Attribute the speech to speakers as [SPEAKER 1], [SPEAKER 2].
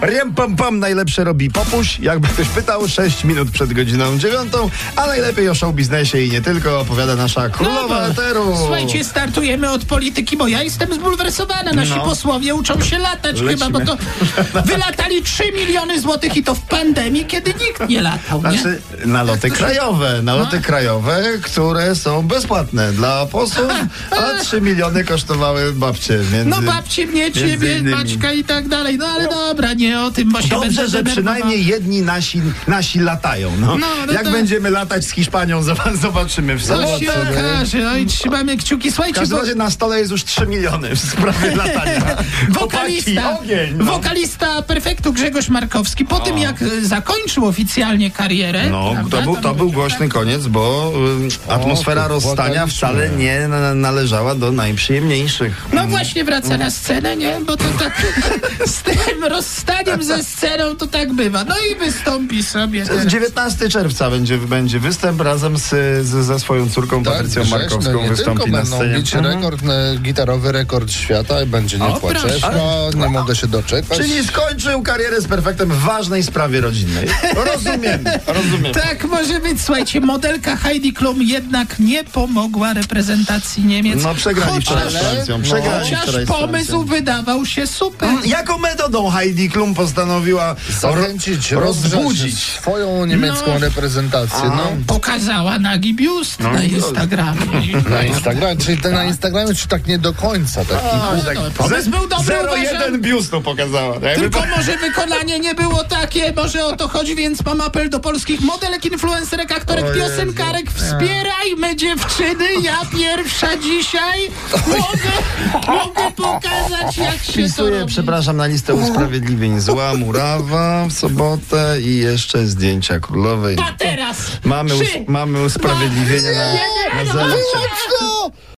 [SPEAKER 1] Riem pam pam najlepsze robi popuś, jakby ktoś pytał, 6 minut przed godziną 9, a najlepiej o show biznesie i nie tylko opowiada nasza królowa
[SPEAKER 2] bo-
[SPEAKER 1] eteru.
[SPEAKER 2] No Słuchajcie, startujemy od polityki, bo ja jestem zbulwersowana. Nasi
[SPEAKER 1] No.
[SPEAKER 2] posłowie uczą się latać chyba, bo to wylatali 3 miliony złotych i to w pandemii, kiedy nikt nie latał, nie?
[SPEAKER 1] Znaczy, naloty krajowe,
[SPEAKER 2] No.
[SPEAKER 1] naloty krajowe, które są bezpłatne dla posłów, a 3 miliony kosztowały babcie. Między,
[SPEAKER 2] No babci mnie,
[SPEAKER 1] między
[SPEAKER 2] ciebie,
[SPEAKER 1] innymi.
[SPEAKER 2] Maćka i tak dalej. No ale dobra, nie o tym, bo się będę
[SPEAKER 1] Dobrze, że
[SPEAKER 2] denerwował.
[SPEAKER 1] przynajmniej jedni nasi, nasi latają. No.
[SPEAKER 2] No, no
[SPEAKER 1] Jak
[SPEAKER 2] to-
[SPEAKER 1] będziemy latać z Hiszpanią, zob- zobaczymy w
[SPEAKER 2] To
[SPEAKER 1] sobotę.
[SPEAKER 2] się okaże, oj, trzymamy kciuki.
[SPEAKER 1] W
[SPEAKER 2] Słuchajcie,
[SPEAKER 1] każdym
[SPEAKER 2] bo
[SPEAKER 1] razie na stole jest już 3 miliony w sprawie latania.
[SPEAKER 2] wokalista,
[SPEAKER 1] Chłopaki, ogień, no.
[SPEAKER 2] wokalista perfektu Grzegorz Markowski, po tym jak e, zakończył oficjalnie karierę.
[SPEAKER 1] No,
[SPEAKER 2] prawda,
[SPEAKER 1] to był,
[SPEAKER 2] tam
[SPEAKER 1] to był głośny koniec, bo ym, atmosfera
[SPEAKER 3] to
[SPEAKER 1] rozstania
[SPEAKER 3] błagaliśmy.
[SPEAKER 1] wcale nie na, należała do najprzyjemniejszych.
[SPEAKER 2] No właśnie wraca na scenę, nie? Bo to tak z tym rozstaniem ze sceną to tak bywa. No i wystąpi sobie. teraz.
[SPEAKER 1] 19 czerwca będzie, będzie występ razem z, z, ze swoją córką
[SPEAKER 2] Tak,
[SPEAKER 1] Patrycją
[SPEAKER 2] no
[SPEAKER 3] grześne,
[SPEAKER 1] Markowską.
[SPEAKER 3] Tak, no nie
[SPEAKER 1] wystąpi
[SPEAKER 3] tylko
[SPEAKER 1] na scenie. Mhm.
[SPEAKER 3] będą bić rekord, e, gitarowy rekord świata, i będzie nie
[SPEAKER 2] O,
[SPEAKER 3] płaczesz,
[SPEAKER 2] proszę.
[SPEAKER 3] no nie mogę się doczekać.
[SPEAKER 1] Czyli skończył karierę z perfektem w ważnej sprawie rodzinnej. Rozumiem, rozumiem.
[SPEAKER 2] Tak może być, słuchajcie, modelka Heidi Klum jednak nie pomogła reprezentacji Niemiec.
[SPEAKER 1] No przegrali wczoraj
[SPEAKER 2] chociaż,
[SPEAKER 1] z Francją.
[SPEAKER 3] no.
[SPEAKER 1] Przegrali
[SPEAKER 2] chociaż
[SPEAKER 1] wczoraj z
[SPEAKER 2] pomysł
[SPEAKER 1] Francją.
[SPEAKER 2] wydawał się super.
[SPEAKER 1] Mm, Jaką metodą Heidi Klum postanowiła
[SPEAKER 3] Zachęcić,
[SPEAKER 1] ro-
[SPEAKER 3] rozgrzać
[SPEAKER 1] rozbudzić
[SPEAKER 3] swoją niemiecką
[SPEAKER 2] No.
[SPEAKER 3] reprezentację. No.
[SPEAKER 2] Pokazała nagi biust
[SPEAKER 1] No,
[SPEAKER 2] na
[SPEAKER 1] to-
[SPEAKER 2] Instagramie.
[SPEAKER 3] Na Instagramie, czyli te na Instagramie, czy tak nie do końca taki.
[SPEAKER 1] A, tak.
[SPEAKER 2] no, pomysł
[SPEAKER 1] Ze-
[SPEAKER 2] był dobry,
[SPEAKER 1] zero
[SPEAKER 2] uważam.
[SPEAKER 1] jeden biustu pokazała. tak? Jakby
[SPEAKER 2] Tylko
[SPEAKER 1] po-
[SPEAKER 2] może wykonanie nie było takie, może o to chodzi, więc mam apel do polskich modelek, influencerek, aktorek,
[SPEAKER 1] O
[SPEAKER 2] piosenkarek. Wspierajmy dziewczyny, ja pierwsza dzisiaj mogę, mogę pokazać jak się to
[SPEAKER 1] Wpisuję,
[SPEAKER 2] robi.
[SPEAKER 1] przepraszam, na listę usprawiedliwień zła Murawa w sobotę i jeszcze zdjęcia królowej.
[SPEAKER 2] A teraz
[SPEAKER 1] Mamy, us-
[SPEAKER 2] Tak. trzy,
[SPEAKER 1] mamy usprawiedliwienie na, na zalecie.
[SPEAKER 3] No!